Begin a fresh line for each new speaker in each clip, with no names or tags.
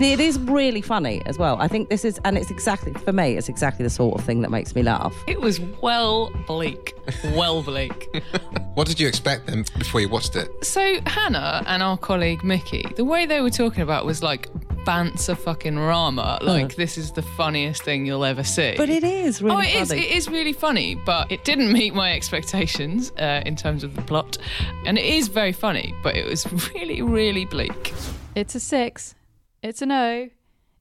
It is really funny as well. I think this is, and it's exactly, for me, it's exactly the sort of thing that makes me laugh.
It was well bleak. Well bleak.
What did you expect then before you watched it?
so, Hannah and our colleague Mickey, the way they were talking about was like banter fucking rama. Like, this is the funniest thing you'll ever see.
But it is really
Oh, it is.
funny.
It is really funny, but it didn't meet my expectations uh, in terms of the plot. And it is very funny, but it was really, really bleak.
It's a six. It's an O.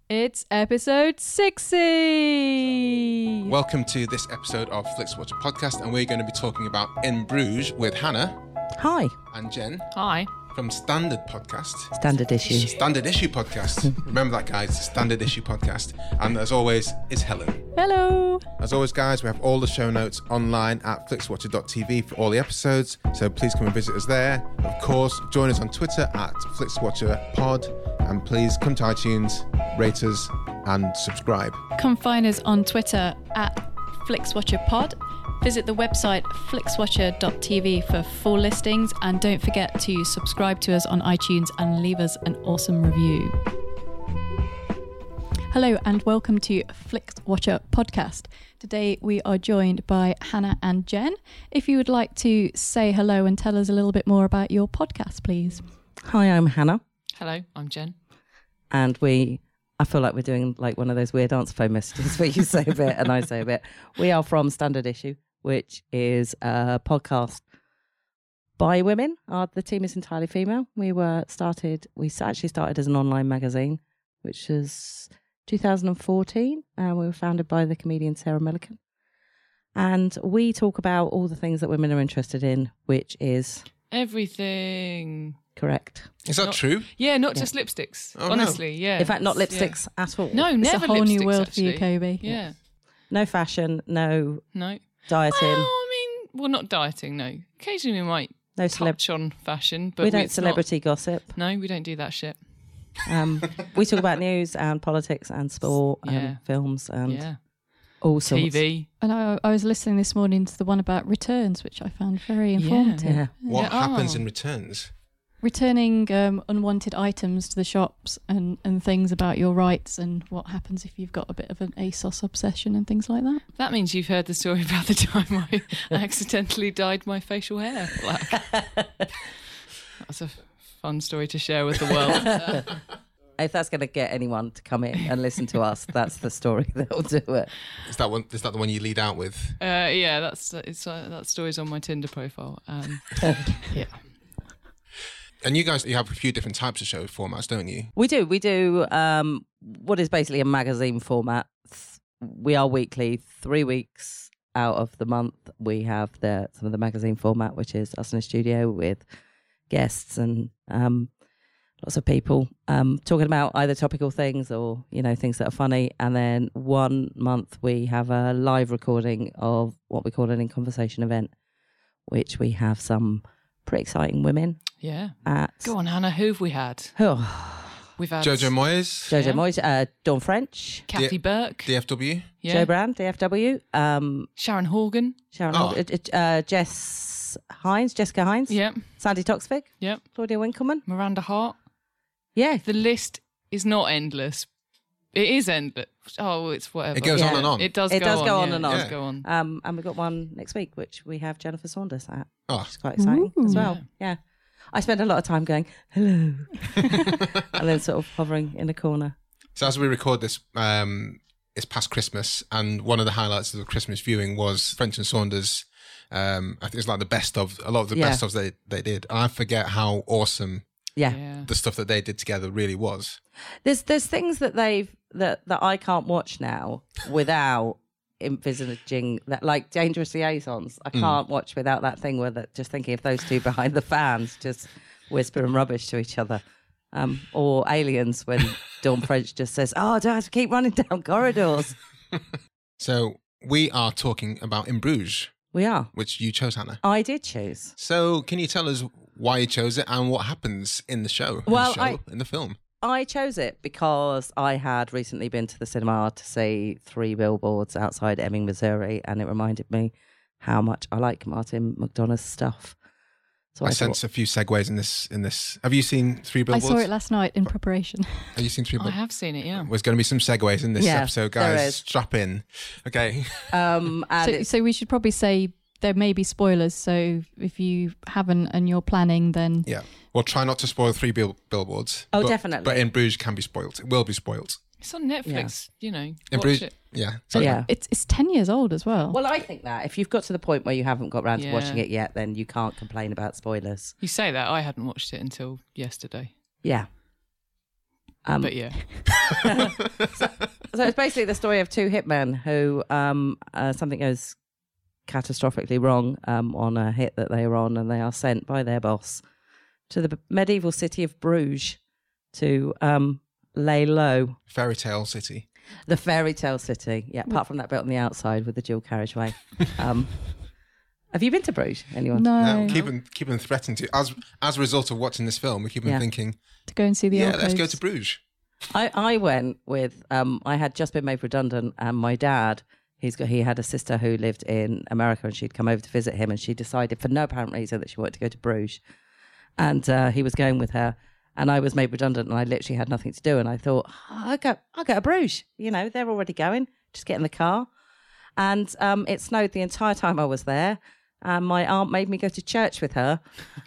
It's episode sixty.
Welcome to this episode of Flix Watcher Podcast, and we're going to be talking about In Bruges with Hannah
Hi,
and Jen
Hi.
from Standard Podcast.
standard issue.
Standard Issue Podcast. Remember that, guys. Standard Issue Podcast. And as always, is Helen.
Hello.
As always, guys, we have all the show notes online at flixwatcher.tv for all the episodes. So please come and visit us there. Of course, join us on Twitter at FlixWatcherPod. And please come to iTunes, rate us, and subscribe.
Come find us on Twitter at FlixWatcherPod. Visit the website flixwatcher.tv for full listings and don't forget to subscribe to us on iTunes and leave us an awesome review. Hello and welcome to FlixWatcher Podcast. Today we are joined by Hannah and Jen. If you would like to say hello and tell us a little bit more about your podcast, please.
Hi, I'm Hannah,
Hello, I'm Jen.
and we, I feel like we're doing like one of those weird answer phone messages where you say a bit and I say a bit. We are from Standard Issue, which is a podcast by women. Our, the team is entirely female. We were started, we s- actually started as an online magazine, which is 2014. And we were founded by the comedian Sarah Milliken. And we talk about all the things that women are interested in, which is
Everything.
correct.
Is that
Not-
true?
Yeah, not just lipsticks.
Oh, no.
honestly, yeah.
In fact, not
Yeah.
lipsticks at all.
No,
It's a
never
whole new
lipsticks,
world for you,
actually.
Kobe.
Yeah.
No fashion, no
No.
dieting,
Well, I mean, well, not dieting. No, occasionally we might
no celeb.
touch on fashion, but
We don't
it's not-
celebrity gossip.
no, we don't do that shit.
Um, we talk about news and politics and sport and
Yeah.
films and
yeah,
all sorts.
TV.
And I, I was listening this morning to the one about returns, which I found very informative.
Yeah.
What
Yeah.
happens
Oh.
in returns?
returning um, unwanted items to the shops and, and things about your rights and what happens if you've got a bit of an ASOS obsession and things like that.
That means you've heard the story about the time I accidentally dyed my facial hair black. That's a fun story to share with the world.
If that's going to get anyone to come in and listen to us, that's the story that will do it.
Is that one? Is that the one you lead out with?
Uh, yeah, that's it's uh, that story's on my Tinder profile. Um, yeah,
And you guys, you have a few different types of show formats, don't you?
We do. We do um, what is basically a magazine format. Th- We are weekly, three weeks out of the month. We have the some of the magazine format, which is us in a studio with guests and um, lots of people um, talking about either topical things or you know things that are funny. And then one month we have a live recording of what we call an in conversation event, which we have some pretty exciting women
yeah.
at.
Go on, Hannah. Who've we had? We've had
Jojo Moyes,
Jojo
Yeah.
Moyes, uh, Dawn French,
Kathy
Yeah.
Burke,
DFW.
yeah.
Joe Brand, DFW, um,
Sharon Horgan.
Sharon,
Oh.
Hol- uh, uh, uh, Jess Hines, Jessica Hines,
Yep,
Sandy Toxvig,
yep.
Claudia Winkleman.
Miranda Hart.
Yeah,
The list is not endless, It is end, but oh, it's whatever.
It goes on
Yeah.
and on.
It does.
It
go
does
on,
go on
yeah,
and
It does
on.
go on.
Um, and we've got one next week, which we have Jennifer Saunders at,
Oh,
which is quite exciting as well. Yeah. I spend a lot of time going, hello, and then sort of hovering in a corner.
So as we record this, um, it's past Christmas, and one of the highlights of the Christmas viewing was French and Saunders. Um, I think it's like the best of a lot of the
Yeah.
best of they they did. And I forget how awesome
Yeah.
Yeah.
the stuff that they did together really was.
There's there's things that they've that that I can't watch now without envisaging that like dangerous liaisons. I can't watch without that thing where that just thinking of those two behind the fans just whispering rubbish to each other. Um, or aliens when Dawn French just says, "Oh, I don't have to keep running down corridors."
So we are talking about In Bruges,
We are.
which you chose, Hannah.
I did choose.
So can you tell us why you chose it and what happens in the show? in the
Well,
show,
I-
in the film.
I chose it because I had recently been to the cinema to see three billboards outside Emming, Missouri, and it reminded me how much I like Martin McDonough's stuff. So I,
I,
thought,
sense a few segues in this. In this, have you seen Three
I
Billboards?
saw it last night in preparation.
Have you seen Three
I
Billboards?
have seen it. Yeah.
There's going to be some segues in this
Yeah,
episode,
there
guys.
is.
Strap in. Okay.
um, and
so,
it's-
so we should probably say there may be spoilers. So if you haven't and you're planning, then
Yeah. Well, try not to spoil three bill- billboards.
Oh,
but-
definitely.
But in Bruges can be spoilt. It will be spoilt.
It's on Netflix. You know.
In
watch
Bruges.
it.
Yeah.
so,
exactly.
yeah.
it's it's ten years old as well.
Well, I think that if you've got to the point where you haven't got round to
Yeah.
watching it yet, then you can't complain about spoilers.
You say that I hadn't watched it until yesterday.
Yeah. Um,
But yeah.
so it's basically the story of two hitmen who um, uh, something goes catastrophically wrong um, on a hit that they are on, and they are sent by their boss to the medieval city of Bruges to um, lay low
Fairy tale city.
the fairy tale city. Yeah, apart from that bit on the outside with the dual carriageway. Um, have you been to Bruges? Anyone?
no,
Now, keep on keep on threatening to. As as a result of watching this film, we keep on
Yeah.
thinking,
to go and see the
yeah,
old
let's go
codes.
to Bruges.
I, I went with um I had just been made redundant and my dad he's got he had a sister who lived in America and she'd come over to visit him and she decided for no apparent reason that she wanted to go to Bruges and uh, he was going with her and I was made redundant and I literally had nothing to do and I thought "Oh, I'll go I'll go to Bruges you know they're already going just get in the car and um it snowed the entire time I was there and my aunt made me go to church with her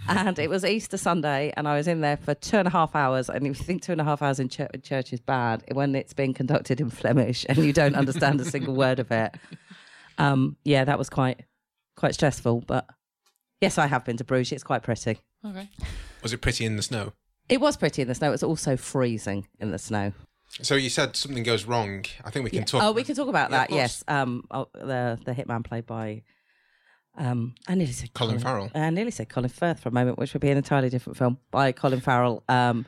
and it was Easter Sunday, and I was in there for two and a half hours. And if you think two and a half hours in church, church is bad when it's being conducted in Flemish and you don't understand a single word of it, um, yeah, that was quite quite stressful. But yes, I have been to Bruges. It's quite pretty.
Okay.
Was it pretty in the snow?
It was pretty in the snow. It was also freezing in the snow.
So you said something goes wrong. I think we can talk.
Oh, we can talk about
Yeah, of
that. yes, um, oh, the the hitman played by. Um, I nearly said
Colin Farrell.
I nearly said Colin Firth for a moment, which would be an entirely different film by Colin Farrell. Um,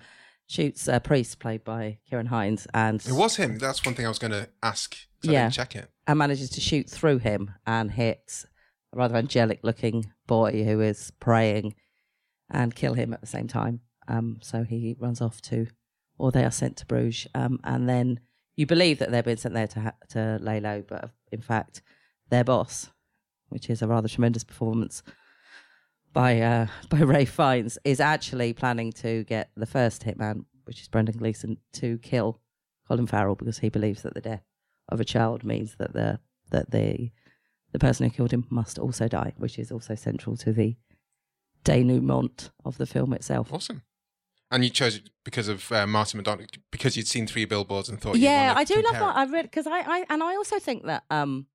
shoots a priest played by Kieran Hines and
It was him. That's one thing I was going to ask. So yeah.
Yeah.
Check it.
and manages to shoot through him and hits a rather angelic looking boy who is praying and kill him at the same time. Um, so he runs off to, or they are sent to Bruges. Um, and then you believe that they're being sent there to, ha- to lay low, but in fact, their boss, which is a rather tremendous performance by uh, by Ray Fiennes, is actually planning to get the first hitman, which is Brendan Gleeson, to kill Colin Farrell because he believes that the death of a child means that the that the the person who killed him must also die, which is also central to the denouement of the film itself.
Awesome. And you chose it because of uh, Martin McDonagh, because you'd seen three billboards and thought. you
yeah,
wanna
I do love
compare
what I read because I, I and I also think that um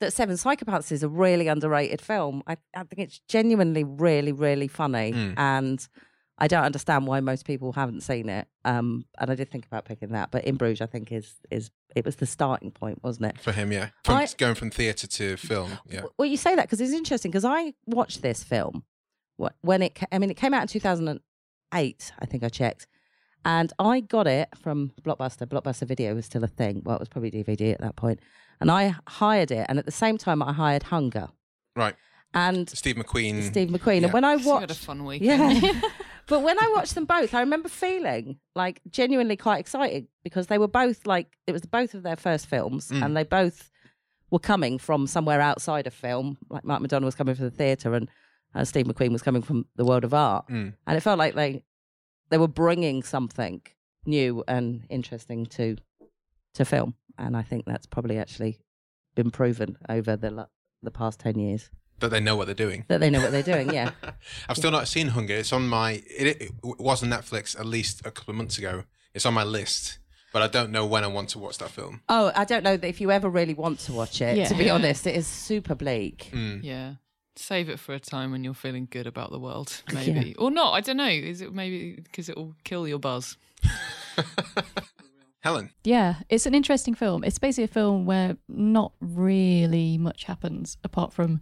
that Seven Psychopaths is a really underrated film. I, I think it's genuinely really really funny,
Mm.
and I don't understand why most people haven't seen it. Um, and I did think about picking that, but In Bruges, I think is is it was the starting point, wasn't it?
it for him. Yeah, from
I-
going from theatre to film. Yeah.
W- Well, you say that because it's interesting because I watched this film wh- when it. ca- I mean, it came out in two thousand and eight. I think I checked, and I got it from Blockbuster. Blockbuster Video was still a thing. Well, it was probably DVD at that point, and I hired it. And at the same time, I hired Hunger
Right.
and
Steve McQueen.
Steve McQueen.
Mm. yeah.
And when I
So you had a
watched,
fun weekend.
yeah. But when I watched them both, I remember feeling like genuinely quite excited because they were both like it was both of their first films,
Mm.
and they both were coming from somewhere outside of film. Like Mark McDonald was coming from the theatre, and uh, Steve McQueen was coming from the world of art,
Mm.
and it felt like they they were bringing something new and interesting to to film, and I think that's probably actually been proven over the la- the past ten years
That they know what they're doing.
that they know what they're doing. Yeah,
I've still not seen Hunger. It's on my. It, it was on Netflix at least a couple of months ago. It's on my list, but I don't know when I want to watch that film.
Oh, I don't know that if you ever really want to watch it.
Yeah.
To be honest, it is super bleak.
Mm. Hmm.
Yeah. Save it for a time when you're feeling good about the world, maybe. Or not. I don't know. Is it maybe because it will kill your buzz?
Helen,
Yeah, it's an interesting film. It's basically a film where not really much happens apart from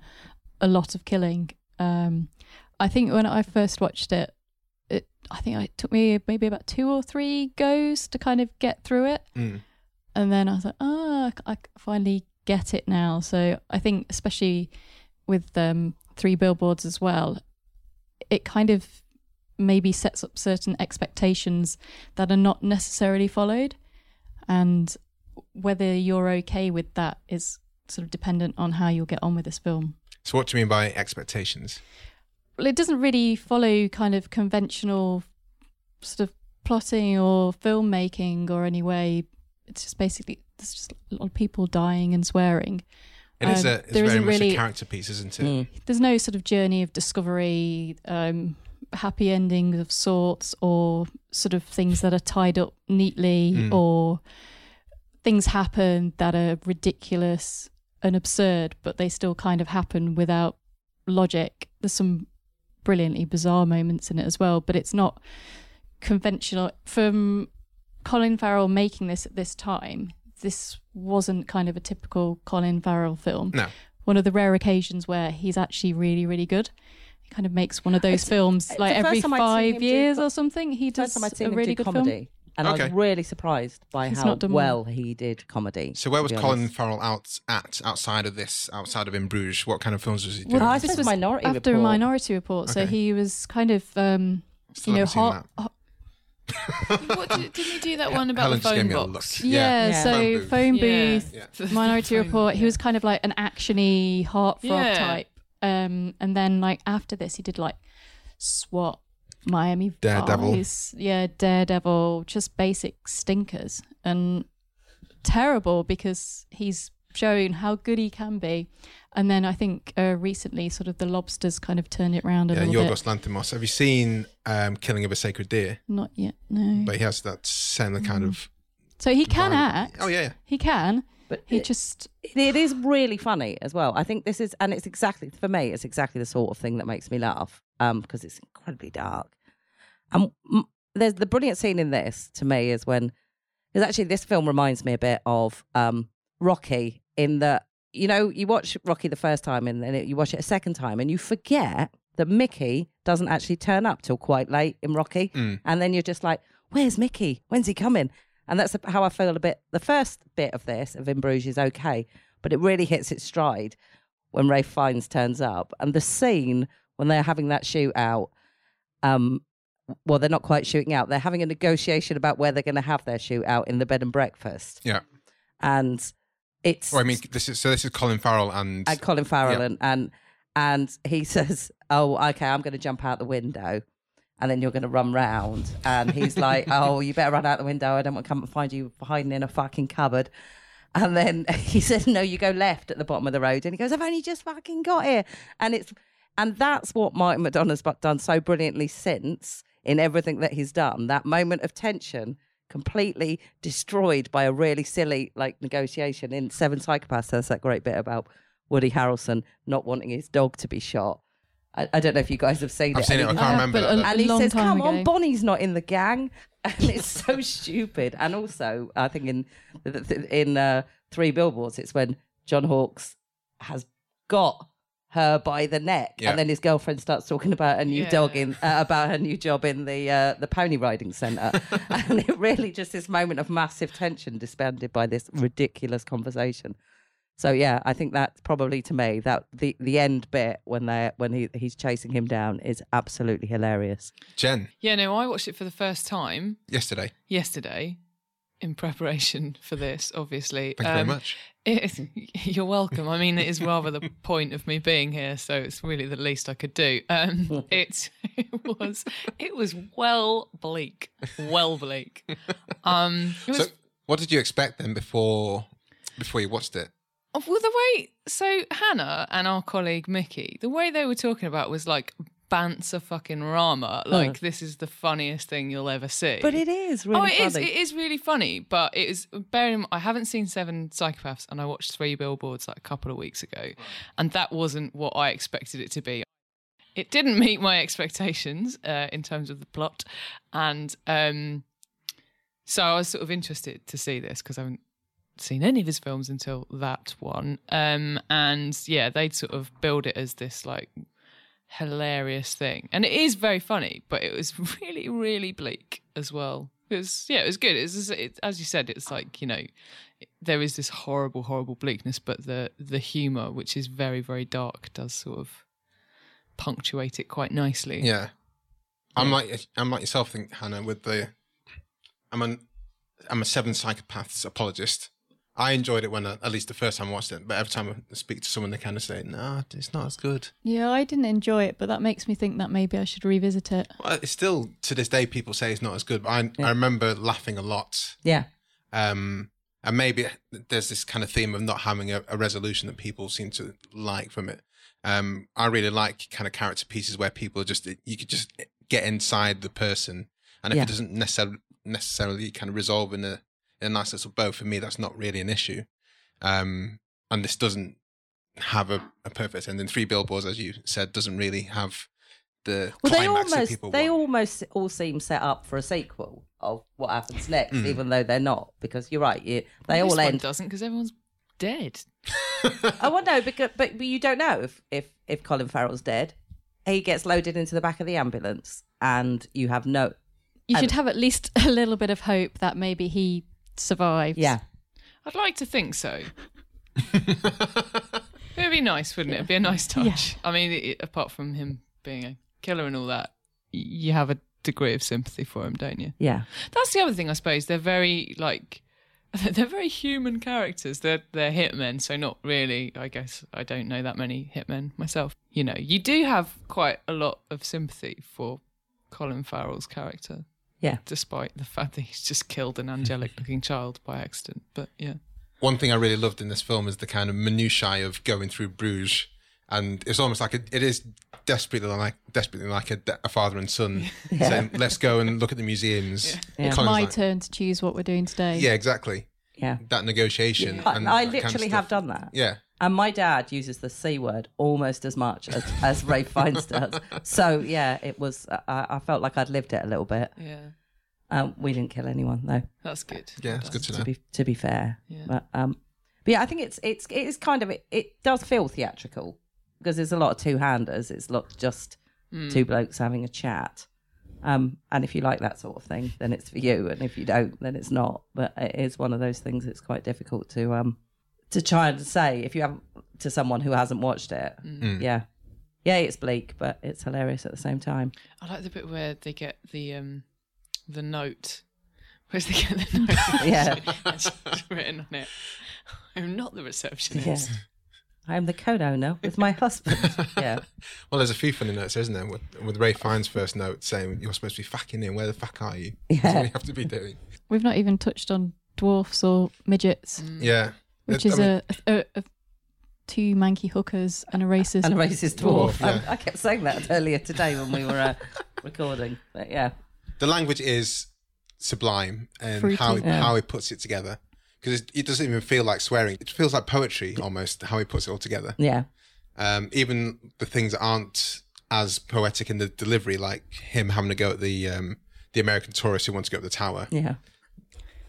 a lot of killing. Um, I think when I first watched it, it I think it took me maybe about two or three goes to kind of get through it, and then I was like, ah, I I finally get it now. So I think especially with um, Three Billboards as well, it kind of maybe sets up certain expectations that are not necessarily followed and whether you're okay with that is sort of dependent on how you'll get on with this film.
so what do you mean by expectations?
Well, it doesn't really follow kind of conventional sort of plotting or filmmaking or any way. It's just basically there's just a lot of people dying and swearing.
And it's,
Um,
a, it's
there
very
isn't
much a
really-
character piece, isn't it?
Hmm.
There's no sort of journey of discovery, um, happy endings of sorts, or sort of things that are tied up neatly, or things happen that are ridiculous and absurd, but they still kind of happen without logic. There's some brilliantly bizarre moments in it as well, but it's not conventional. From Colin Farrell making this at this time, this wasn't kind of a typical Colin Farrell film
No.
one of the rare occasions where he's actually really, really good. He kind of makes one of those
It's-
films
it's
like
the first
every
time I'd seen
five
him do
years
co-
or something. He
First
does
time I'd seen
a
him
really
do
good
comedy,
film.
and I
Okay.
was really surprised by
He's
how
not done
well he did comedy.
So where
to
was
be
Colin
honest.
Farrell out at outside of this, outside of In Bruges? What kind of films was he doing?
Well,
I suppose Minority
Oh, after
Report.
Minority Report, so
Okay.
he was kind of um,
Still
you know
haven't seen
hot.
that.
hot-
what, did, didn't you do that one about
Helen
the
just
phone
gave me a
box?
look.
yeah,
Yeah.
so
Phone
phone
booth.
booth,
Yeah. Yeah.
Minority
Phone
Report.
booth,
He was kind of like an actiony heartthrob
Yeah.
type. Um, and then like after this, he did like SWAT, Miami
Daredevil.
Vice, yeah, Daredevil, just basic stinkers and terrible because he's shown how good he can be. And then I think uh, recently, sort of the lobsters kind of turned it round a
Yeah,
little
Yorgos
bit.
Lanthimos. Have you seen um, Killing of a Sacred Deer?
Not yet, no.
But he has that similar kind
Hmm.
of.
So he can
violent-
act.
Oh yeah, yeah.
he can.
But
He
it-
just
it is really funny as well. I think this is, and it's exactly for me, it's exactly the sort of thing that makes me laugh um, because it's incredibly dark. And mm, there's the brilliant scene in this to me is when, because actually this film reminds me a bit of um, Rocky in that you know you watch Rocky the first time and then it, you watch it a second time and you forget that Mickey doesn't actually turn up till quite late in Rocky, and then you're just like, where's Mickey? When's he coming? And that's how I feel a bit. The first bit of this of In Bruges is okay, but it really hits its stride when Ray Fiennes turns up, and the scene when they're having that shootout. Um, well, they're not quite shooting out. They're having a negotiation about where they're going to have their shootout in the bed and breakfast,
Yeah.
and it's
Or Oh, I mean, this is so. This is Colin Farrell and
and Colin Farrell
Yeah.
and, and and he says, "Oh, okay, I'm going to jump out the window." And then you're going to run round. And he's like, Oh, you better run out the window. I don't want to come and find you hiding in a fucking cupboard. And then he says, No, you go left at the bottom of the road. And he goes, I've only just fucking got here. And it's, and that's what Martin McDonough's bu- done so brilliantly since in everything that he's done. That moment of tension completely destroyed by a really silly like negotiation in Seven Psychopaths. There's that great bit about Woody Harrelson not wanting his dog to be shot. I, I don't know if you guys have seen
I've
it.
seen
And
it. I
he-
can't remember. that,
but a-
though.
and he
long
says,
time
"Come on,
ago.
Bonnie's not in the gang," and it's so stupid. And also, I think in th- th- in uh, Three Billboards, it's when John Hawkes has got her by the neck,
Yeah.
and then his girlfriend starts talking about a new
Yeah.
dog in uh, about her new job in the uh, the pony riding centre, and it really just this moment of massive tension disbanded by this ridiculous conversation. So yeah, I think that's probably to me that the, the end bit when they when he he's chasing him down is absolutely hilarious.
Jen
Yeah, no, I watched it for the first time
yesterday.
yesterday in preparation for this, obviously. Um,
Thank you
Um,
very much.
It, you're welcome. I mean, it is rather the point of me being here, so it's really the least I could do. Um, it, it was it was well bleak, well bleak. Um, it was
So What did you expect then before before you watched it?
Oh, Well, the way so Hannah and our colleague Mickey, the way they were talking about was like banter fucking rama. Like this is the funniest thing you'll ever see.
But it is really
oh, it is.
funny.
It is really funny. But it is. Bearing in mind, I haven't seen Seven Psychopaths, and I watched Three Billboards like a couple of weeks ago, and that wasn't what I expected it to be. It didn't meet my expectations uh, in terms of the plot, and um, so I was sort of interested to see this because I haven't seen any of his films until that one. Um, and yeah, they'd sort of build it as this like hilarious thing, and it is very funny, but it was really, really bleak as well. It was yeah, it was good. It's just- it, as you said, it's like you know, there is this horrible, horrible bleakness, but the the humor, which is very, very dark, does sort of punctuate it quite nicely.
Yeah. I'm like I'm like yourself, think Hannah. With the, I'm an, I'm a seven psychopaths apologist. I enjoyed it when I, at least the first time I watched it, but every time I speak to someone, they kind of say, "No, it's not as good."
Yeah, I didn't enjoy it, but that makes me think that maybe I should revisit it.
Well, it's still to this day people say it's not as good. But I I remember laughing a lot
yeah.
um, and maybe there's this kind of theme of not having a, a resolution that people seem to like from it. Um, I really like kind of character pieces where people are just you could just get inside the person, and if
Yeah.
it doesn't necessarily necessarily kind of resolve in a in a nice little bow, for me that's not really an issue. Um, and this doesn't have a, a perfect ending. Three billboards, as you said, doesn't really have the
Well, they
climax that
almost
people
they
want.
almost all seem set up for a sequel of what happens next,
Mm.
even though they're not. Because you're right, you, they
this
all
one
end.
doesn't because everyone's dead.
I well, no, because but, but you don't know if if if Colin Farrell's dead. He gets loaded into the back of the ambulance, and you have no.
You
I-
should have at least a little bit of hope that maybe he survives.
Yeah,
I'd like to think so. it would be nice, wouldn't it? It'd be a nice touch. I mean, it, apart from him being a killer and all that, y- you have a degree of sympathy for him, don't you?
yeah.
That's the other thing, I suppose. They're very like they're very human characters. They're they're hitmen, so not really. I guess I don't know that many hitmen myself. You know, you do have quite a lot of sympathy for Colin Farrell's character,
Yeah.
despite the fact that he's just killed an angelic-looking child by accident. But yeah.
one thing I really loved in this film is the kind of minutiae of going through Bruges, and it's almost like a, it is desperately like desperately like a, a father and son saying, "Let's go and look at the museums." And
It's
Colin's
my
like-
turn to choose what we're doing today.
Yeah, exactly.
Yeah.
That negotiation.
I,
and
I
that kind of
literally have
stuff.
done that.
Yeah,
And my dad uses the C word almost as much as, as Ray Fiennes does. So, yeah, it was, I, I felt like I'd lived it a little bit.
Yeah,
Um, we didn't kill anyone, though,
that's good.
yeah, it's good to
to
know.
be, to be fair. But, um, but yeah, I think it's, it's, it is kind of, it, it does feel theatrical because there's a lot of two handers. It's not just two blokes having a chat. Um, and if you like that sort of thing, then it's for you. And if you don't, then it's not. But it is one of those things that's quite difficult to um to try and say if you haven't to someone who hasn't watched it. Yeah. Yeah, it's bleak, but it's hilarious at the same time.
I like the bit where they get the um the note. Where's they get the note?
Yeah.
It's written on it. I'm not the
Yeah.
receptionist.
I am the co owner with my husband. Yeah.
Well, there's a few funny notes, isn't there? With, with Ray Fine's first note saying, "You're supposed to be fucking in. Where the fuck are you? That's what
Yeah.
you have to be doing."
We've not even touched on dwarfs or midgets,
Mm.
Yeah.
which
I
is
mean,
a, a, a two manky hookers and a racist.
And a racist dwarf.
Dwarf, yeah.
I, I kept saying that earlier today when we were uh, recording. But yeah.
the language is sublime and
Fruity.
how he,
Yeah.
how he puts it together because it doesn't even feel like swearing it feels like poetry almost how he puts it all together
Yeah.
um, even the things that aren't as poetic in the delivery like him having to go at the um, the American tourists who want to go up the tower
Yeah.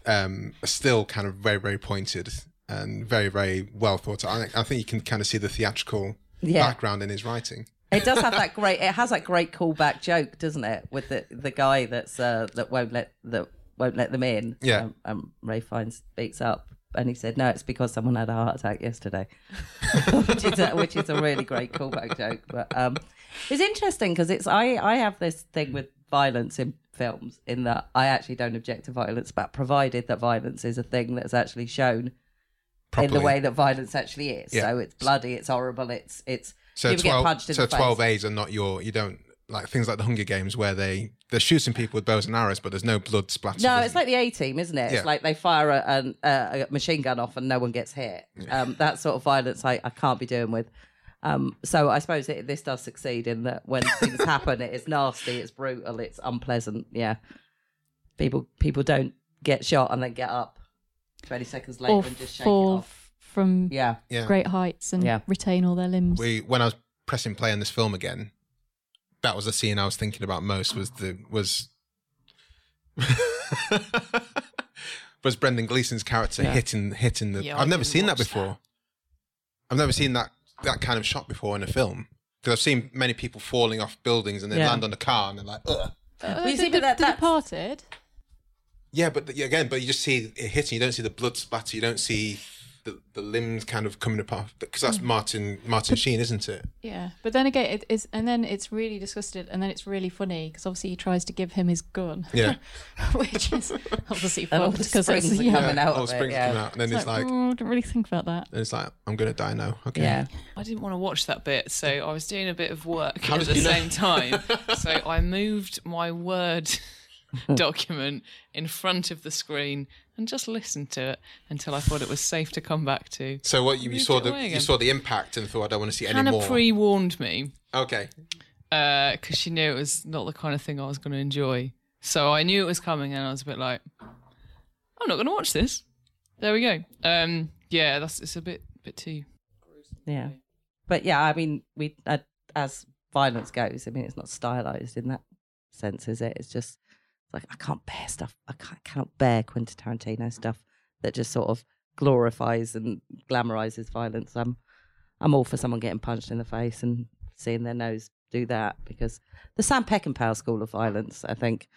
um, are still kind of very very pointed and very very well thought out I, I think you can kind of see the theatrical
Yeah.
background in his writing
It does have that great. It has that great callback joke, doesn't it? With the the guy that's uh, that won't let that won't let them in.
Yeah.
Um, um, Ray Fiennes speaks up, and he said, "No, it's because someone had a heart attack yesterday," which is a, which is a really great callback joke. But um, it's interesting because it's I I have this thing with violence in films in that I actually don't object to violence, but provided that violence is a thing that's actually shown
properly
in the way that violence actually is.
Yeah.
So it's bloody, it's horrible, it's it's
so
people
12
get punched in
so
the face.
12 A's are not your you don't like things like the Hunger Games where they they're shooting people with bows and arrows, but there's no blood splatter.
No,
there's-
it's like the A team, isn't it?
Yeah.
It's like they fire a, an, a, a machine gun off and no one gets hit. Um, that sort of violence I, I can't be doing with. Um, so I suppose it, this does succeed in that when things happen, it is nasty, it's brutal, it's unpleasant. Yeah, people people don't get shot and then get up twenty seconds later
or
and just shake it
fall
off.
f- from
Yeah,
yeah.
great heights and
Yeah.
retain all their limbs.
we when I was pressing play on this film again, that was the scene I was thinking about most was the was was Brendan Gleeson's character
Yeah.
hitting hitting the
Yeah, I
I've never
didn't
seen that
watch
before. I've never seen that that kind of shot before in a film. Because I've seen many people falling off buildings and they
Yeah.
land on a car and they're like, Ugh.
Uh,
Well, you see, but that- that's-
Departed.
yeah, but the, again, but you just see it hitting. You don't see the blood splatter. You don't see the, the limbs kind of coming apart because that's Martin Martin Sheen, isn't it?
Yeah, but then again, it is, and then it's really disgusted, and then it's really funny because obviously he tries to give him his gun,
Yeah.
which is obviously
and
Oh,
all
fucked
the
because it's,
springs are
yeah,
coming out of
Oh,
it.
springs
Yeah.
come out, and then
It's
it's like,
"Oh, I don't really think about that.
and it's like, I'm gonna die now. Okay.
yeah.
I didn't want to watch that bit, so I was doing a bit of work
How
at
did
the
you know?
same time. so I moved my Word document in front of the screen and just listened to it until I thought it was safe to come back to.
So what you, you
Moved
saw
it
the
away
you
again.
saw the impact and thought I don't want to see any
Hannah
more.
pre warned me
okay.
because uh, she knew it was not the kind of thing I was going to enjoy. So I knew it was coming, and I was a bit like, I'm not going to watch this. There we go. Um, yeah, that's it's a bit bit too.
Yeah. But yeah, I mean, we uh, as violence goes, I mean, it's not stylized in that sense, is it? It's just it's like I can't bear stuff. I can't, cannot bear Quentin Tarantino stuff that just sort of glorifies and glamorizes violence. I'm I'm all for someone getting punched in the face and seeing their nose do that because the Sam Peckinpah school of violence, I think.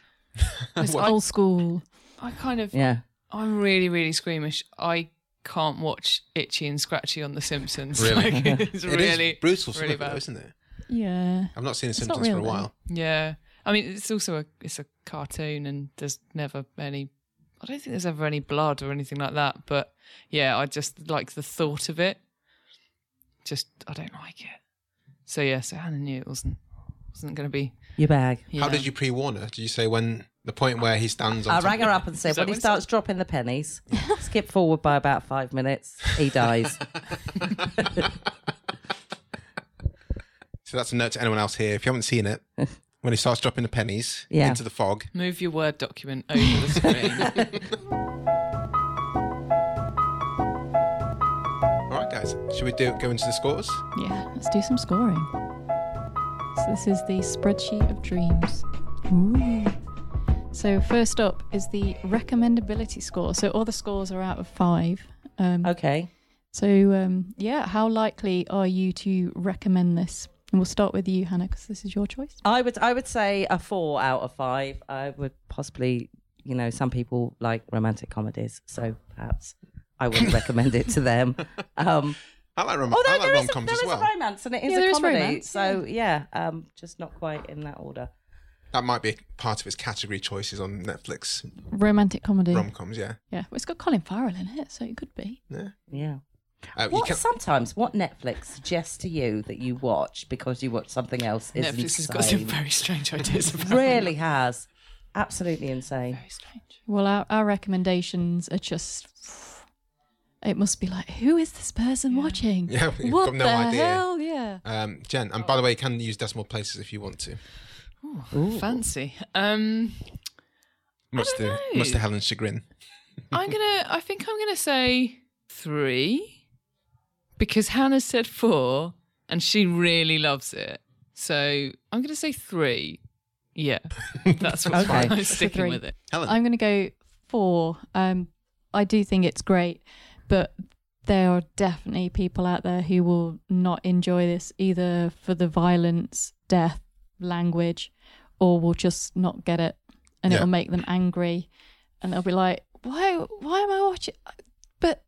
It's old school.
I kind of
Yeah.
I'm really, really squeamish. I can't watch Itchy and Scratchy on The Simpsons.
Really?
Like, it's
It is
really
brutal,
really
Simpsons, though,
bad.
isn't it?
Yeah.
I've not seen The
It's not
Simpsons for
real,
a
though.
while.
Yeah, I mean, it's also a it's a cartoon, and there's never any. I don't think there's ever any blood or anything like that. But yeah, I just like the thought of it. Just I don't like it. So yeah, so Hannah knew it wasn't wasn't going to be.
Your bag.
Yeah.
How did you pre-warn her? Did you say when the point where he stands on?
I
top-
rang her up and said,
that
when he
what it
starts dropping the pennies, skip forward by about five minutes, he dies.
So that's a note to anyone else here. If you haven't seen it, when he starts dropping the pennies
Yeah.
into the fog,
move your word document over the screen?
all right, guys, should we do go into the scores?
Yeah. Let's do some scoring. So this is the spreadsheet of dreams. Ooh. So first up is the recommendability score. So all the scores are out of five. Um,
okay.
So um, yeah, how likely are you to recommend this? And we'll start with you, Hannah, because this is your choice.
I would I would say a four out of five. I would possibly, you know, some people like romantic comedies, so perhaps I wouldn't recommend it to them. Um,
I like rom.
although
I like
there is
rom
a,
coms
there
as
is
well.
a romance and it is
Yeah, there
a
is
comedy,
romance,
so yeah, um, just not quite in that order.
That might be part of his category choices on Netflix.
Romantic comedy.
Rom coms, yeah.
yeah, well, it's got Colin Farrell in it, so it could be.
Yeah.
Yeah.
Uh, you
What
can-
sometimes what Netflix suggests to you that you watch because you watch something else is
Netflix has
insane.
got some very strange ideas about
really has, absolutely insane.
Very strange.
Well, our, our recommendations are just. It must be like, who is this person watching?
Yeah, you've
what
got no
the
idea.
hell? Yeah.
Um, Jen, and by the way, you can use decimal places if you want to.
Fancy. Um,
Much
don't
to
know.
much to Helen's chagrin.
I'm gonna. I think I'm gonna say three, because Hannah said four, and she really loves it. So I'm gonna say three. Yeah, that's what
Okay.
I'm
That's a
sticking
three.
with it.
Helen,
I'm going to go four. Um, I do think it's great, but there are definitely people out there who will not enjoy this either for the violence, death, language, or will just not get it, and
Yeah.
it'll make them angry, and they'll be like, "Why? Why am I watching?" But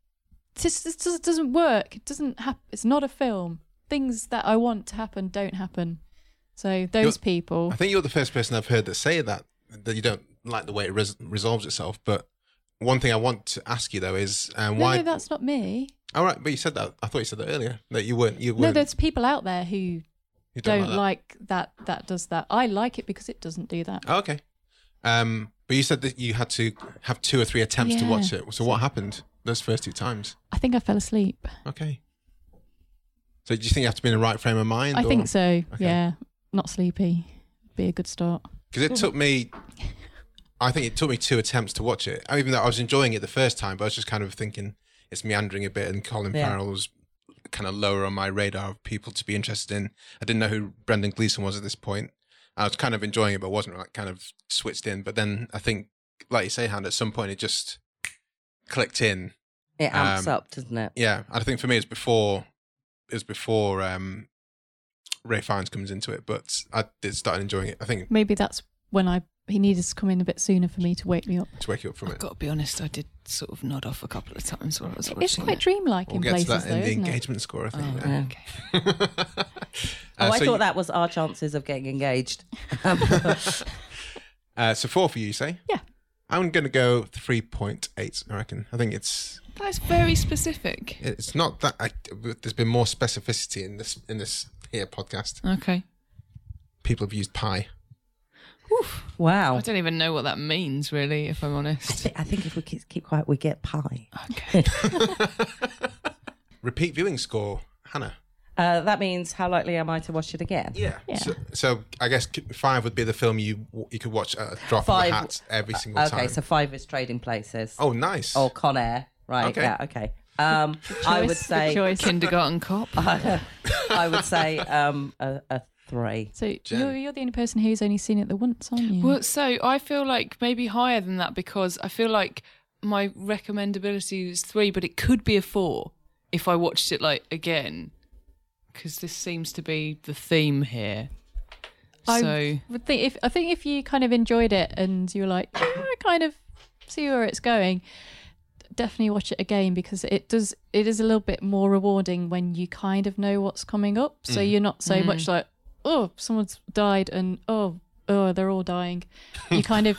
this, this does- doesn't work. It doesn't happen. It's not a film. Things that I want to happen don't happen. So those
You're-
people.
I think you're the first person I've heard that say that that you don't like the way it res- resolves itself. But one thing I want to ask you though is um,
No,
why?
no, that's not me.
All right, but you said that. I thought you said that earlier. That you weren't. You
No,
weren't.
there's people out there who
You
don't,
that?
like, that. that does that. I like it because it doesn't do that.
Oh, okay. Um, but you said that you had to have two or three attempts to
Yeah.
watch it. So what happened those first two times?
I think I fell asleep.
Okay. So do you think you have to be in the right frame of mind?
I think so.
Okay.
Yeah, not sleepy. Be a good start.
Because it took me, I think it took me two attempts to watch it. Even though I was enjoying it the first time, but I was just kind of thinking it's meandering a bit, and Colin
Yeah.
Farrell was kind of lower on my radar of people to be interested in. I didn't know who Brendan Gleeson was at this point. I was kind of enjoying it, but wasn't like kind of switched in. But then I think, like you say, Han, at some point it just clicked in.
It amps
Um,
up, doesn't it?
Yeah, and I think for me it's before it's before um, Ray Fiennes comes into it, but I did start enjoying it. I think
Maybe that's when I he needed to come in a bit sooner for me to wake me up.
to wake you up from it.
I've got to be honest, I did sort of nod off a couple of times while I was watching
It's quite
it.
dreamlike in places, though,
in the
isn't it?
engagement score, I think.
Oh,
yeah.
okay.
Oh,
Uh,
I
so
thought
you-
that was our chances of getting engaged.
Uh, so four for you, you say?
Yeah.
I'm gonna go 3.8. I reckon. I think it's
That's very specific.
it's not that. I, there's been more specificity in this in this here podcast.
Okay.
People have used pi.
wow.
I don't even know what that means, really, if I'm honest.
I think if we keep keep quiet, we get pie.
Okay.
Repeat viewing score, Hannah.
Uh, that means how likely am I to watch it again?
Yeah.
Yeah.
So, so I guess five would be the film you you could watch at a drop
Five-
of a hat every single
Okay,
time.
so five is Trading Places.
oh, nice.
Or Con Air. Right.
Okay.
Yeah. Okay. Um, I would
Choice, good
say.
choice.
Kindergarten cop.
I would say um, a, a three.
So you're, you're the only person who's only seen it the once, aren't
Mm.
you?
Well, so I feel like maybe higher than that because I feel like my recommendability is three, but it could be a four if I watched it like again, because this seems to be the theme here.
I
so
would think if I think if you kind of enjoyed it and you were like, "Yeah, I kind of see where it's going, definitely watch it again because it does it is a little bit more rewarding when you kind of know what's coming up. So you're not so much like, oh, someone's died and oh. Oh, they're all dying. You kind of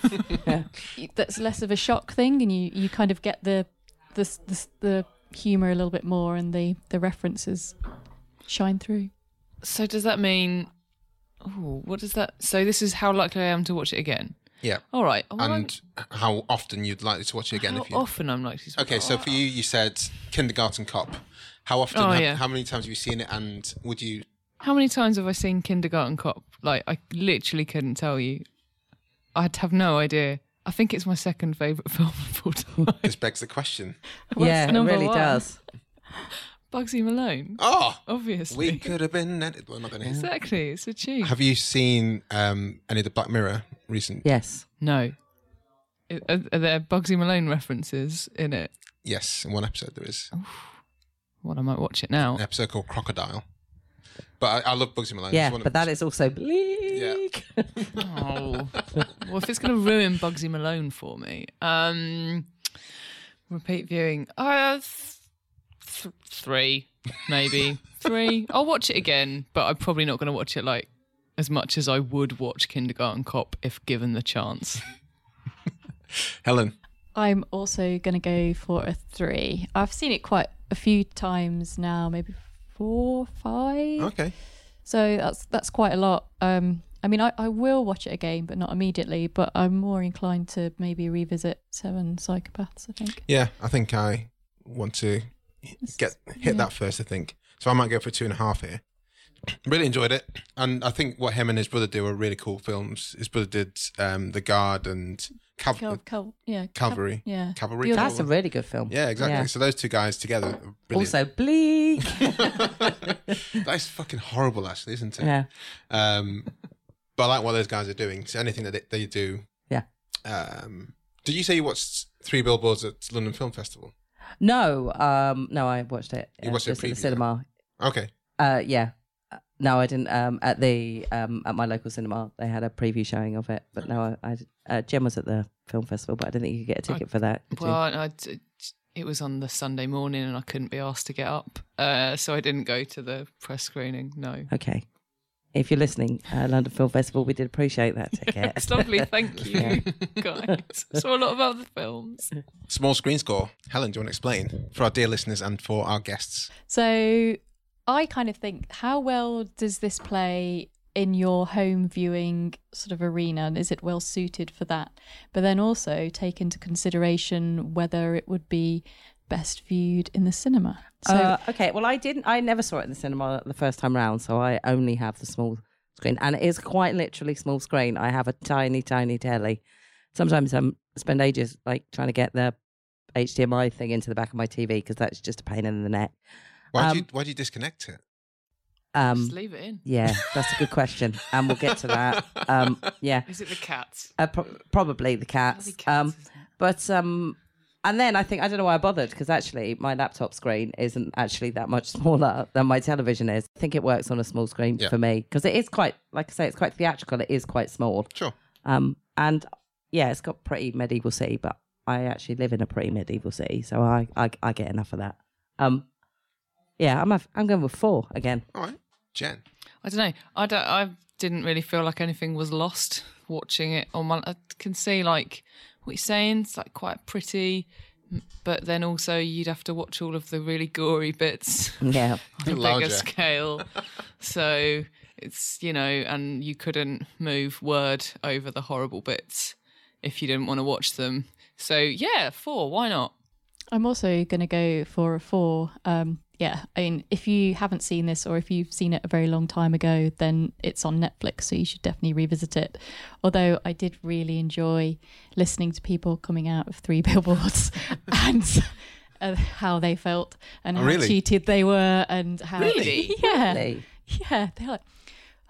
that's less of a shock thing, and you, you kind of get the the s- the, s- the humor a little bit more, and the the references shine through.
so does that mean? Oh, what does that? So this is how likely I am to watch it again.
yeah.
All right. well, I'm-
And how often you'd likely to watch it again?
Oh, how
if you
often I'm likely to?
Okay, so for you, you said kindergarten cop. How often?
Oh,
have,
yeah.
How many times have you seen it? And would you?
How many times have I seen Kindergarten Cop? Like, I literally couldn't tell you. I'd have no idea. I think it's my second favourite film of all time.
This begs the question.
yeah, it
number
really
one?
does.
Bugsy Malone,
Oh,
obviously.
we could have been. at- Well, not gonna.
Exactly, it's a tune.
Have you seen um, any of the Black Mirror recent?
Yes.
No. Are, are there Bugsy Malone references in it?
Yes, in one episode there is
Well, I might watch it now.
an episode called Crocodile. But I, I love Bugsy Malone.
Yeah,
It's one of-
but that is also bleak.
Oh. well, if it's going to ruin Bugsy Malone for me, um, repeat viewing. Uh, th- th- three, maybe three. I'll watch it again, but I'm probably not going to watch it like as much as I would watch Kindergarten Cop if given the chance.
Helen.
I'm also going to go for a three. I've seen it quite a few times now, maybe four, five.
Okay.
So that's that's quite a lot. Um, I mean, I, I will watch it again, but not immediately. But I'm more inclined to maybe revisit Seven Psychopaths. I think.
Yeah, I think I want to get hit that first. I think so. I might go for two and a half here. Really enjoyed it, and I think what him and his brother do are really cool films. His brother did um, The Guard and Cav-
Cal, Cal, yeah, Cal-
Cavalry.
yeah,
Cavalry.
The other
That's a really good film.
yeah, exactly. So those two guys together, are brilliant.
Also bleak.
that's fucking horrible, actually, isn't it?
yeah.
Um, but I like what those guys are doing. So anything that they, they do.
Yeah.
Um, did you say you watched Three Billboards at London Film Festival?
No, um, no, I watched it.
You
uh,
watched it
just at the
preview,
cinema.
Okay.
Uh, yeah. Uh, No, I didn't. Um, at the um, at my local cinema, they had a preview showing of it. But no, I, I uh, Jen was at the film festival, but I didn't think you could get a ticket for that. Did
Well, I, I- it was on the Sunday morning, and I couldn't be asked to get up, uh, so I didn't go to the press screening. No.
you? Okay. If you're listening, uh, London Film Festival, we did appreciate that ticket.
It's lovely, thank you, guys. Saw a lot of other films.
Small screen score. Helen, do you want to explain for our dear listeners and for our guests?
So I kind of think, how well does this play in your home viewing sort of arena? And is it well suited for that? But then also take into consideration whether it would be best viewed in the cinema. So,
uh, okay, well, I didn't. I never saw it in the cinema the first time round, so I only have the small screen, and it is quite literally small screen. I have a tiny, tiny telly. Sometimes I spend ages like trying to get the HDMI thing into the back of my TV because that's just a pain in the neck.
Why
Um,
do you Why do you disconnect it?
Um,
Just leave it in.
yeah, that's a good question, and we'll get to that. Um, yeah,
Is it the cats?
uh, pro- probably the cats.
Bloody cats,
um,
isn't it?
But um, and then I think I don't know why I bothered because actually my laptop screen isn't actually that much smaller than my television is. I think it works on a small screen
Yeah.
for me because it is quite, like I say, it's quite theatrical. It is quite small.
Sure.
Um, and yeah, it's got pretty medieval city, but I actually live in a pretty medieval city, so I I, I get enough of that. Um, yeah, I'm a, I'm going with four again.
All right, Jen.
I don't know. I don't. I didn't really feel like anything was lost watching it on my. I can see like what you're saying. It's like quite pretty, m- but then also you'd have to watch all of the really gory bits
Yeah,
on a
Larger.
bigger scale. so it's you know, and you couldn't move word over the horrible bits if you didn't want to watch them. So yeah, four. Why not?
I'm also going to go for a four. Um, yeah, I mean, if you haven't seen this or if you've seen it a very long time ago, then it's on Netflix, so you should definitely revisit it. Although I did really enjoy listening to people coming out of three billboards and uh, how they felt and
Oh,
how
really?
cheated they were and how
Really?
yeah
Really?
yeah they're like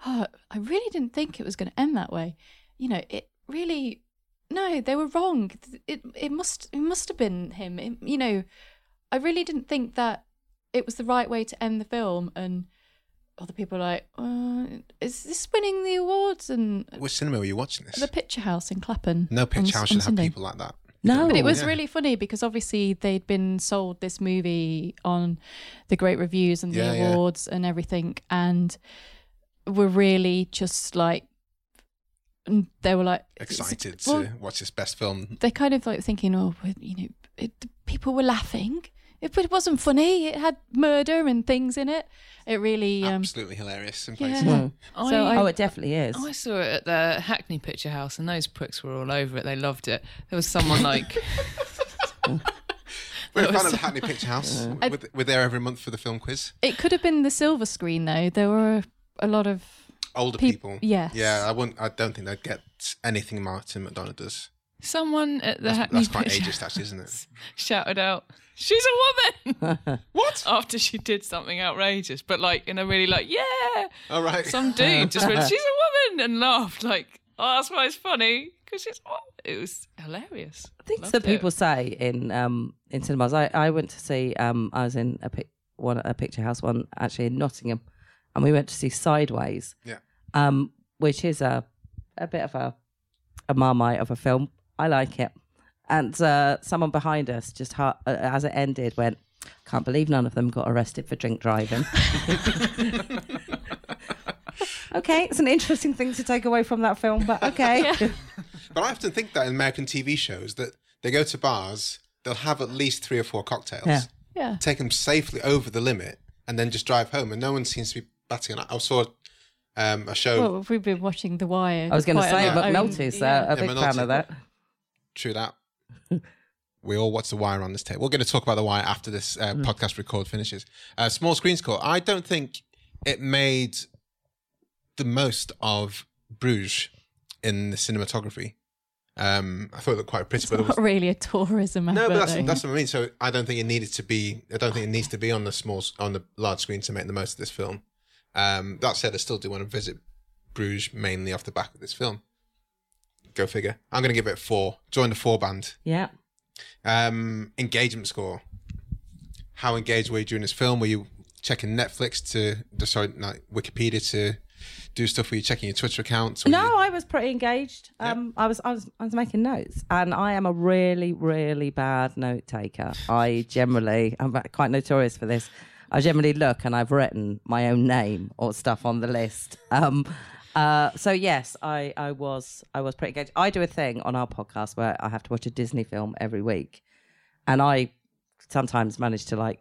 oh i really didn't think it was going to end that way you know it really no they were wrong it it must it must have been him It- you know i really didn't think that it was the right way to end the film and other people are like uh, is this winning the awards and
Which cinema were you watching this?
the picture house in clapham
no
on
pitch
S-
house
on
should have
Sunday.
people like that.
No,
But it was
Yeah.
really funny because obviously they'd been sold this movie on the great reviews and the
Yeah, yeah.
awards and everything, and were really just like and they were like
Excited
well,
to watch this best film.
They kind of like thinking, oh, well, you know, it, people were laughing. It, but it wasn't funny. It had murder and things in it. It really, um,
Absolutely hilarious. In
yeah.
places.
So I-
oh, it definitely is.
I saw it at the Hackney Picture House, and those pricks were all over it. They loved it. There was someone like,
We're
That
a fan of
was-
the Hackney Picture House.
I-
We're, we're there every month for the film quiz.
it could have been the silver screen though. There were a lot of
Older
Peop-
people.
yes.
Yeah, I wouldn't. I don't think they'd get anything Martin McDonough does.
someone at the
That's,
Hackney
that's quite
Picture
ageist, actually, isn't it?
shouted out, "She's a woman!"
What?
After she did something outrageous, but like in a really like, yeah,
All right.
some dude just went, "She's a woman," and laughed like, "Oh, that's why it's funny because she's." a wo-" It was hilarious.
things
Loved
that
it.
people say in um in cinemas. I I went to see um I was in a pic one a picture house one actually in Nottingham, and we went to see Sideways.
Yeah.
Um, which is a a bit of a a marmite of a film. I like it. And uh, someone behind us just ha- uh, as it ended went, "Can't believe none of them got arrested for drink driving." okay, it's an interesting thing to take away from that film, but okay.
But I often think that in American TV shows that they go to bars, they'll have at least three or four cocktails,
Yeah.
yeah.
take them safely over the limit, and then just drive home. And no one seems to be batting an eye. I saw um, a show.
Well, we've been watching The Wire.
I was going to
quite a
say,
lot.
I mean,
McNulty's
yeah.
uh, a big fan
McNulty.
of that.
True that. we all watch The Wire on this tape. We're going to talk about The Wire after this uh, podcast record finishes. Uh, small screen score. I don't think it made the most of Bruges in the cinematography. Um, I thought it looked quite pretty, but it was
not really a tourism
no.
advert.
But that's
though.
that's what I mean. So I don't think it needed to be. I don't think it needs to be on the small s- on the large screen to make the most of this film. Um, that said, I still do want to visit Bruges mainly off the back of this film. Go figure. I'm going to give it four. Join the four band.
Yeah.
Um, engagement score. How engaged were you during this film? Were you checking Netflix to, to- sorry, not Wikipedia to do stuff? Were you checking your Twitter accounts? Were
No,
you-
I was pretty engaged. Um, I was, I was, I was making notes, and I am a really, really bad note taker. I generally, I'm quite notorious for this. I generally look, and I've written my own name or stuff on the list. Um, uh, so yes, I, I was, I was pretty engaged. I do a thing on our podcast where I have to watch a Disney film every week, and I sometimes manage to like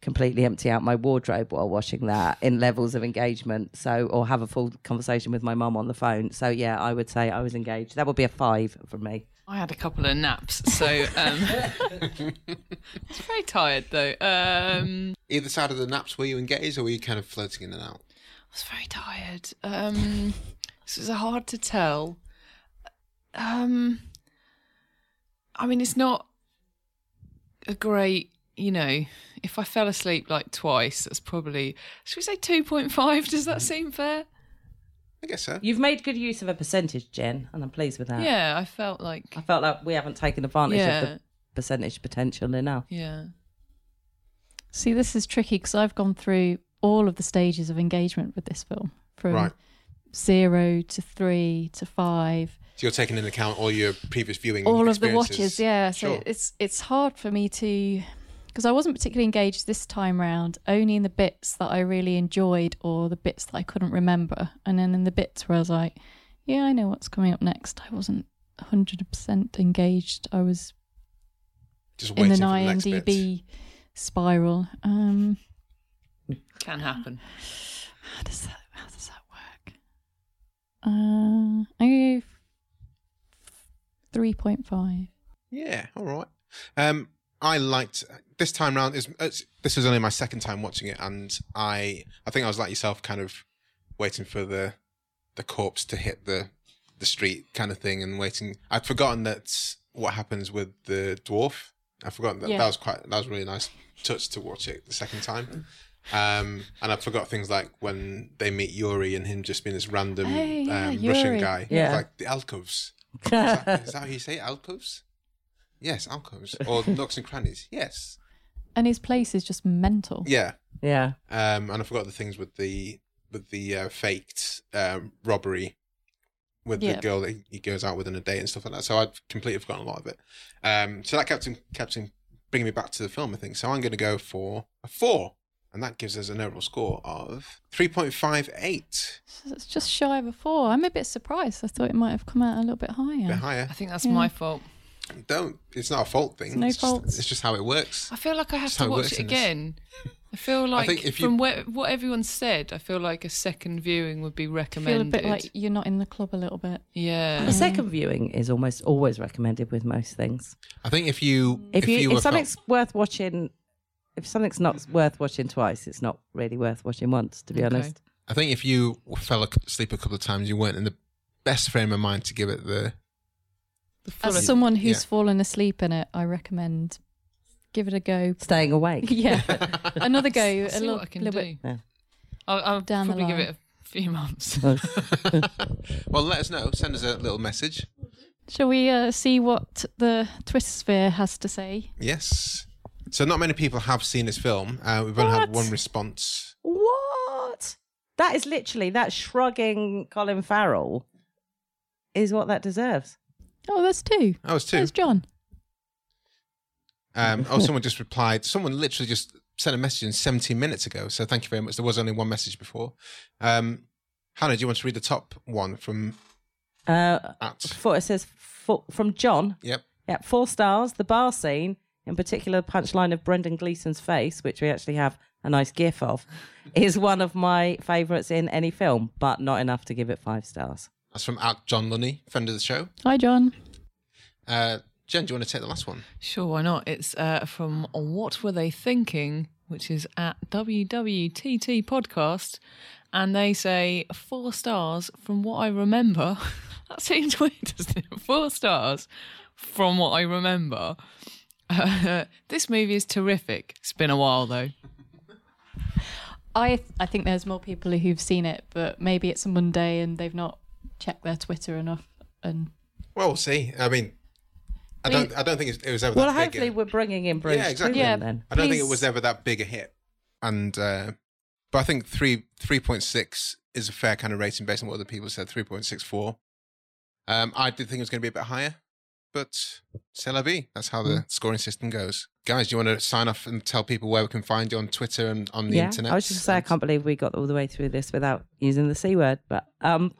completely empty out my wardrobe while watching that in levels of engagement. So, or have a full conversation with my mum on the phone. So, yeah, I would say I was engaged. That would be a five from me.
I had a couple of naps, so um, it's very tired though. Um,
Either side of the naps, were you engaged or were you kind of floating in and out?
I was very tired. Um, this is hard to tell. Um, I mean, it's not a great, you know. If I fell asleep like twice, that's probably should we say two point five? Does that seem fair?
I guess so.
You've made good use of a percentage, Jen, and I'm pleased with that.
Yeah, I felt like
I felt like we haven't taken advantage of
Yeah.
the percentage potential enough.
yeah.
See, this is tricky because I've gone through all of the stages of engagement with this film from
Right.
zero to three to five,
So you're taking into account all your previous viewing.
all
and
of the
experiences.
watches. Yeah, so
Sure.
it's it's hard for me to because I wasn't particularly engaged this time round. Only in the bits that I really enjoyed or the bits that I couldn't remember, and then in the bits where I was like, "Yeah, I know what's coming up next." I wasn't hundred percent engaged. I was
Just
in
waiting
an
for the next bit.
IMDb spiral. Um,
Can happen.
How does that how does that work? Uh I three point five.
Yeah, all right. Um, I liked uh, this time round. Is it's, this was only my second time watching it, and I I think I was like yourself, kind of waiting for the the corpse to hit the the street kind of thing, and waiting. I'd forgotten that what happens with the dwarf. I forgot that that
Yeah.
was quite that was a really nice touch to watch it the second time. Um, and I forgot things like when they meet Yuri and him just being this random
Oh, yeah,
um, Russian
Yuri.
guy,
Yeah.
like the alcoves. Is that- is that how you say it? alcoves? Yes, alcoves or nooks and crannies. Yes,
And his place is just mental.
yeah.
Yeah.
Um, and I forgot the things with the with the uh, faked um, robbery with the
Yeah.
girl that he goes out with on a date and stuff like that. So I'd completely forgotten a lot of it. Um, so that kept him kept him bringing me back to the film. I think so. I'm going to go for a four, and that gives us an overall score of three point five eight.
So It's just shy of a four. I'm a bit surprised. I thought it might have come out a little bit higher.
Bit higher.
I think that's
Yeah.
my fault.
Don't. It's not a fault thing.
It's no
it's
fault.
Just, it's just how it works.
I feel like I have
That's how
to
it
watch
works
it
in this.
again. I feel like
think if you-
from where, what everyone said, I feel like a second viewing would be
I feel a
recommended.
bit like you're not in the club a little bit.
yeah,
The second viewing is almost always recommended with most things.
I think if you
If, you,
were
if
felt-
something's worth watching, if something's not worth watching twice, it's not really worth watching once. To be
Okay.
honest,
I think if you fell asleep a couple of times, you weren't in the best frame of mind to give it the.
The full-
As someone who's
Yeah.
fallen asleep in it, I recommend give it a go.
staying awake.
yeah. Another go,
I'll
a
see
little,
what I can
little
do.
bit.
I'll, I'll
Down the
probably give
line.
it a few months.
well, let us know. Send us a little message.
Shall we uh, see what the Twitter sphere has to say?
Yes. So not many people have seen this film. Uh, we've only had
What?
one response.
What? That is literally that shrugging Colin Farrell is what that deserves.
Oh, there's two.
That was two.
There's John.
Um, oh, someone just replied. Someone literally just sent a message in 17 minutes ago. So thank you very much. There was only one message before. Um, Hannah, do you want to read the top one from
Uh,
at?
for, it says for, from John.
Yep.
Yeah, four stars. The bar scene, in particular, the punchline of Brendan Gleeson's face, which we actually have a nice gif of, is one of my favourites in any film, but not enough to give it five stars.
That's from at John Lunny, friend of the show.
Hi, John.
Uh, Jen, do you want to take the last one?
sure, why not? It's uh, from What Were They Thinking, which is at WWTT Podcast, and they say four stars from what I remember. that seems weird, doesn't it? Four stars from what I remember. Uh, this movie is terrific. It's been a while though.
I I think there's more people who've seen it, but maybe it's a Monday and they've not checked their Twitter enough. And
Well, we'll see. I mean, I
Well, you-
don't. I don't think it was ever.
Well,
that
hopefully,
big a,
we're bringing in Bruce
Yeah, exactly.
Truman
Yeah.
then.
I don't think it
please-
was ever that big a hit. And uh, but I think three three point six is a fair kind of rating based on what other people said. Three point six four. Um, I did think it was going to be a bit higher, but c'est la vie. That's how
Mm.
the scoring system goes. Guys, do you want to sign off and tell people where we can find you on Twitter and on the
yeah,
internet?
I was just going to say, I can't believe we got all the way through this without using the C word, but um,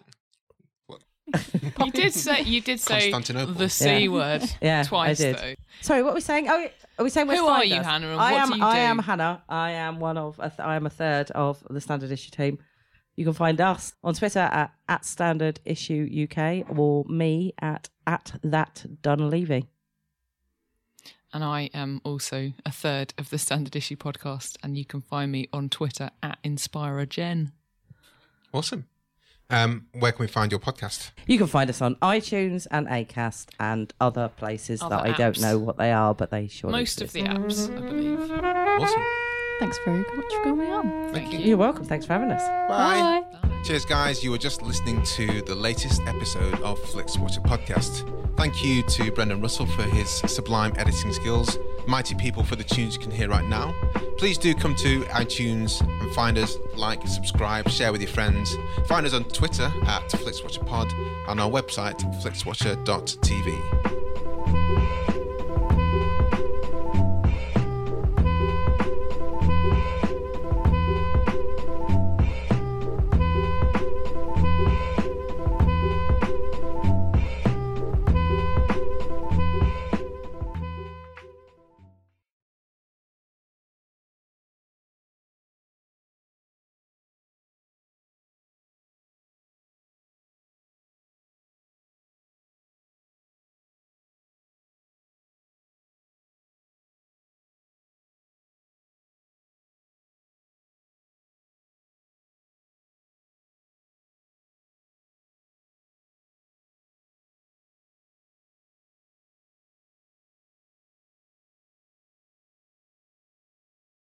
You did say you did say
Constantinople.
the c
Yeah.
word
Yeah, I
twice
did.
though.
sorry, what were we saying? Oh, Are we saying we're
Who are
finders?
you, Hannah, and
I
what
am.
do you
I
do?
am Hannah. I am one of. A th- I am a third of the Standard Issue team. You can find us on Twitter at, at Standard Issue UK or me at at that Dunleavy.
And I am also a third of the Standard Issue podcast, and you can find me on Twitter at InspiraGen.
Awesome. Um, where can we find your podcast?
You can find us on iTunes and Acast and other places that
Other
I don't
apps.
know what they are, but they surely
Most of
exist.
the apps, I believe.
Awesome.
Thanks very much for coming on.
Thank you.
You're welcome. Thanks for having us.
Bye. Cheers, guys. You were just listening to the latest episode of Flicks Watcher Podcast. Thank you to Brendan Russell for his sublime editing skills. Mighty people for the tunes you can hear right now. Please do come to iTunes and find us, like, subscribe, share with your friends. Find us on Twitter at FlixWatcherPod and our website, flixwatcher.tv.